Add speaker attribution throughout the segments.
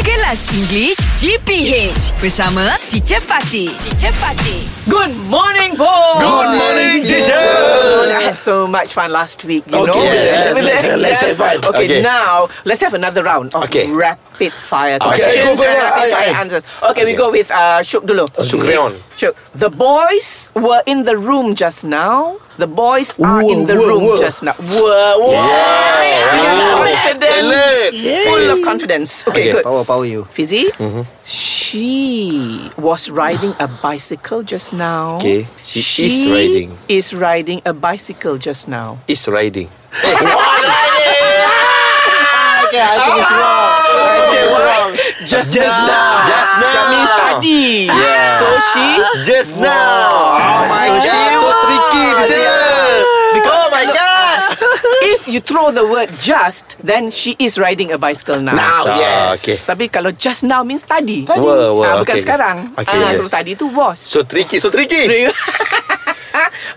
Speaker 1: Kelas English GPH bersama Teacher Fatih. Teacher Fatih.
Speaker 2: Good morning, boys.
Speaker 3: Good morning, teacher.
Speaker 2: Good. I had so much fun last week. You
Speaker 3: Okay,
Speaker 2: know?
Speaker 3: yes, let's- let's have fun.
Speaker 2: Okay,
Speaker 3: Okay.
Speaker 2: now let's have another round of
Speaker 3: Okay.
Speaker 2: rapid fire
Speaker 3: Okay, go
Speaker 2: questions
Speaker 3: for
Speaker 2: and
Speaker 3: it.
Speaker 2: rapid
Speaker 3: Aye, Oh,
Speaker 2: fire
Speaker 3: aye.
Speaker 2: answers. Okay, we go with uh, Shuk dulu.
Speaker 3: Sukrion.
Speaker 2: Shuk, the boys were in the room just now. The boys are
Speaker 3: Were,
Speaker 2: in the
Speaker 3: were,
Speaker 2: room
Speaker 3: were.
Speaker 2: just now. Were, were.
Speaker 3: Wow.
Speaker 2: Confidence. Full of confidence. Okay,
Speaker 3: Okay.
Speaker 2: good.
Speaker 4: Power, power you.
Speaker 2: Fizzy, she was riding a bicycle just now.
Speaker 3: Okay, she is riding.
Speaker 2: Is riding a bicycle just now.
Speaker 3: Is riding.
Speaker 4: Eh, Ah, Okay, I think it's wrong. I think it's wrong.
Speaker 2: Just,
Speaker 3: now. Ah. Just now.
Speaker 2: That means tadi.
Speaker 3: Yeah.
Speaker 2: So she.
Speaker 3: Just now. Oh
Speaker 4: my
Speaker 3: so she
Speaker 4: God.
Speaker 3: So tricky, teacher. Oh my god.
Speaker 2: If you throw the word just, then she is riding a bicycle now.
Speaker 4: Now,
Speaker 3: Ah,
Speaker 4: yes.
Speaker 3: okay.
Speaker 2: Tapi kalau just now means tadi.
Speaker 3: Were, were,
Speaker 2: Ah, bukan
Speaker 3: okay, okay.
Speaker 2: sekarang.
Speaker 3: Okay,
Speaker 2: Ah,
Speaker 3: yes.
Speaker 2: Kalau tadi tu was.
Speaker 3: So tricky, so tricky.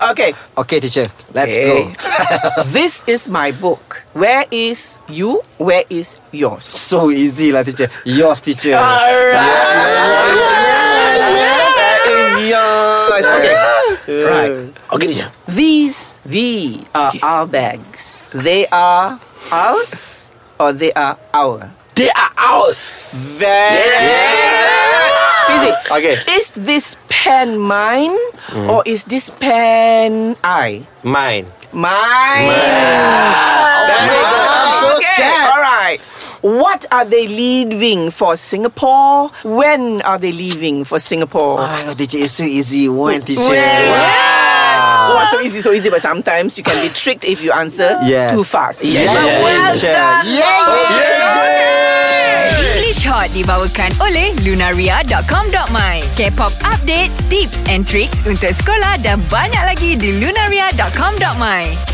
Speaker 2: okay.
Speaker 4: Okay, teacher. Let's
Speaker 2: Okay.
Speaker 4: go.
Speaker 3: Eh.
Speaker 2: this is my book. Where is you? Where is yours?
Speaker 4: So easy lah, teacher. Yours, teacher.
Speaker 2: Right.
Speaker 3: Ah.
Speaker 4: Okay, teacher.
Speaker 2: These, the are our bags. They are ours or they are our.
Speaker 3: They are ours.
Speaker 2: Fizzy,
Speaker 3: Okay.
Speaker 2: Is this pen mine
Speaker 4: Mm.
Speaker 2: or is this pen I?
Speaker 3: Mine.
Speaker 2: Mine. Very good.
Speaker 4: I'm so
Speaker 2: Okay,
Speaker 4: scared.
Speaker 2: All right. What are they leaving for Singapore? When are they leaving for
Speaker 4: Oh
Speaker 2: Singapore?
Speaker 4: my God, teacher, it's so easy. One, teacher.
Speaker 2: Wow. Oh, so easy, so easy, but sometimes you can be tricked if you answer
Speaker 4: Yes.
Speaker 2: too fast.
Speaker 4: Yes,
Speaker 2: So well
Speaker 4: teacher.
Speaker 2: done.
Speaker 4: Yeah.
Speaker 1: English Hot dibawakan oleh lunaria.com.my. K-pop updates, tips and tricks untuk sekolah dan banyak lagi di lunaria.com.my.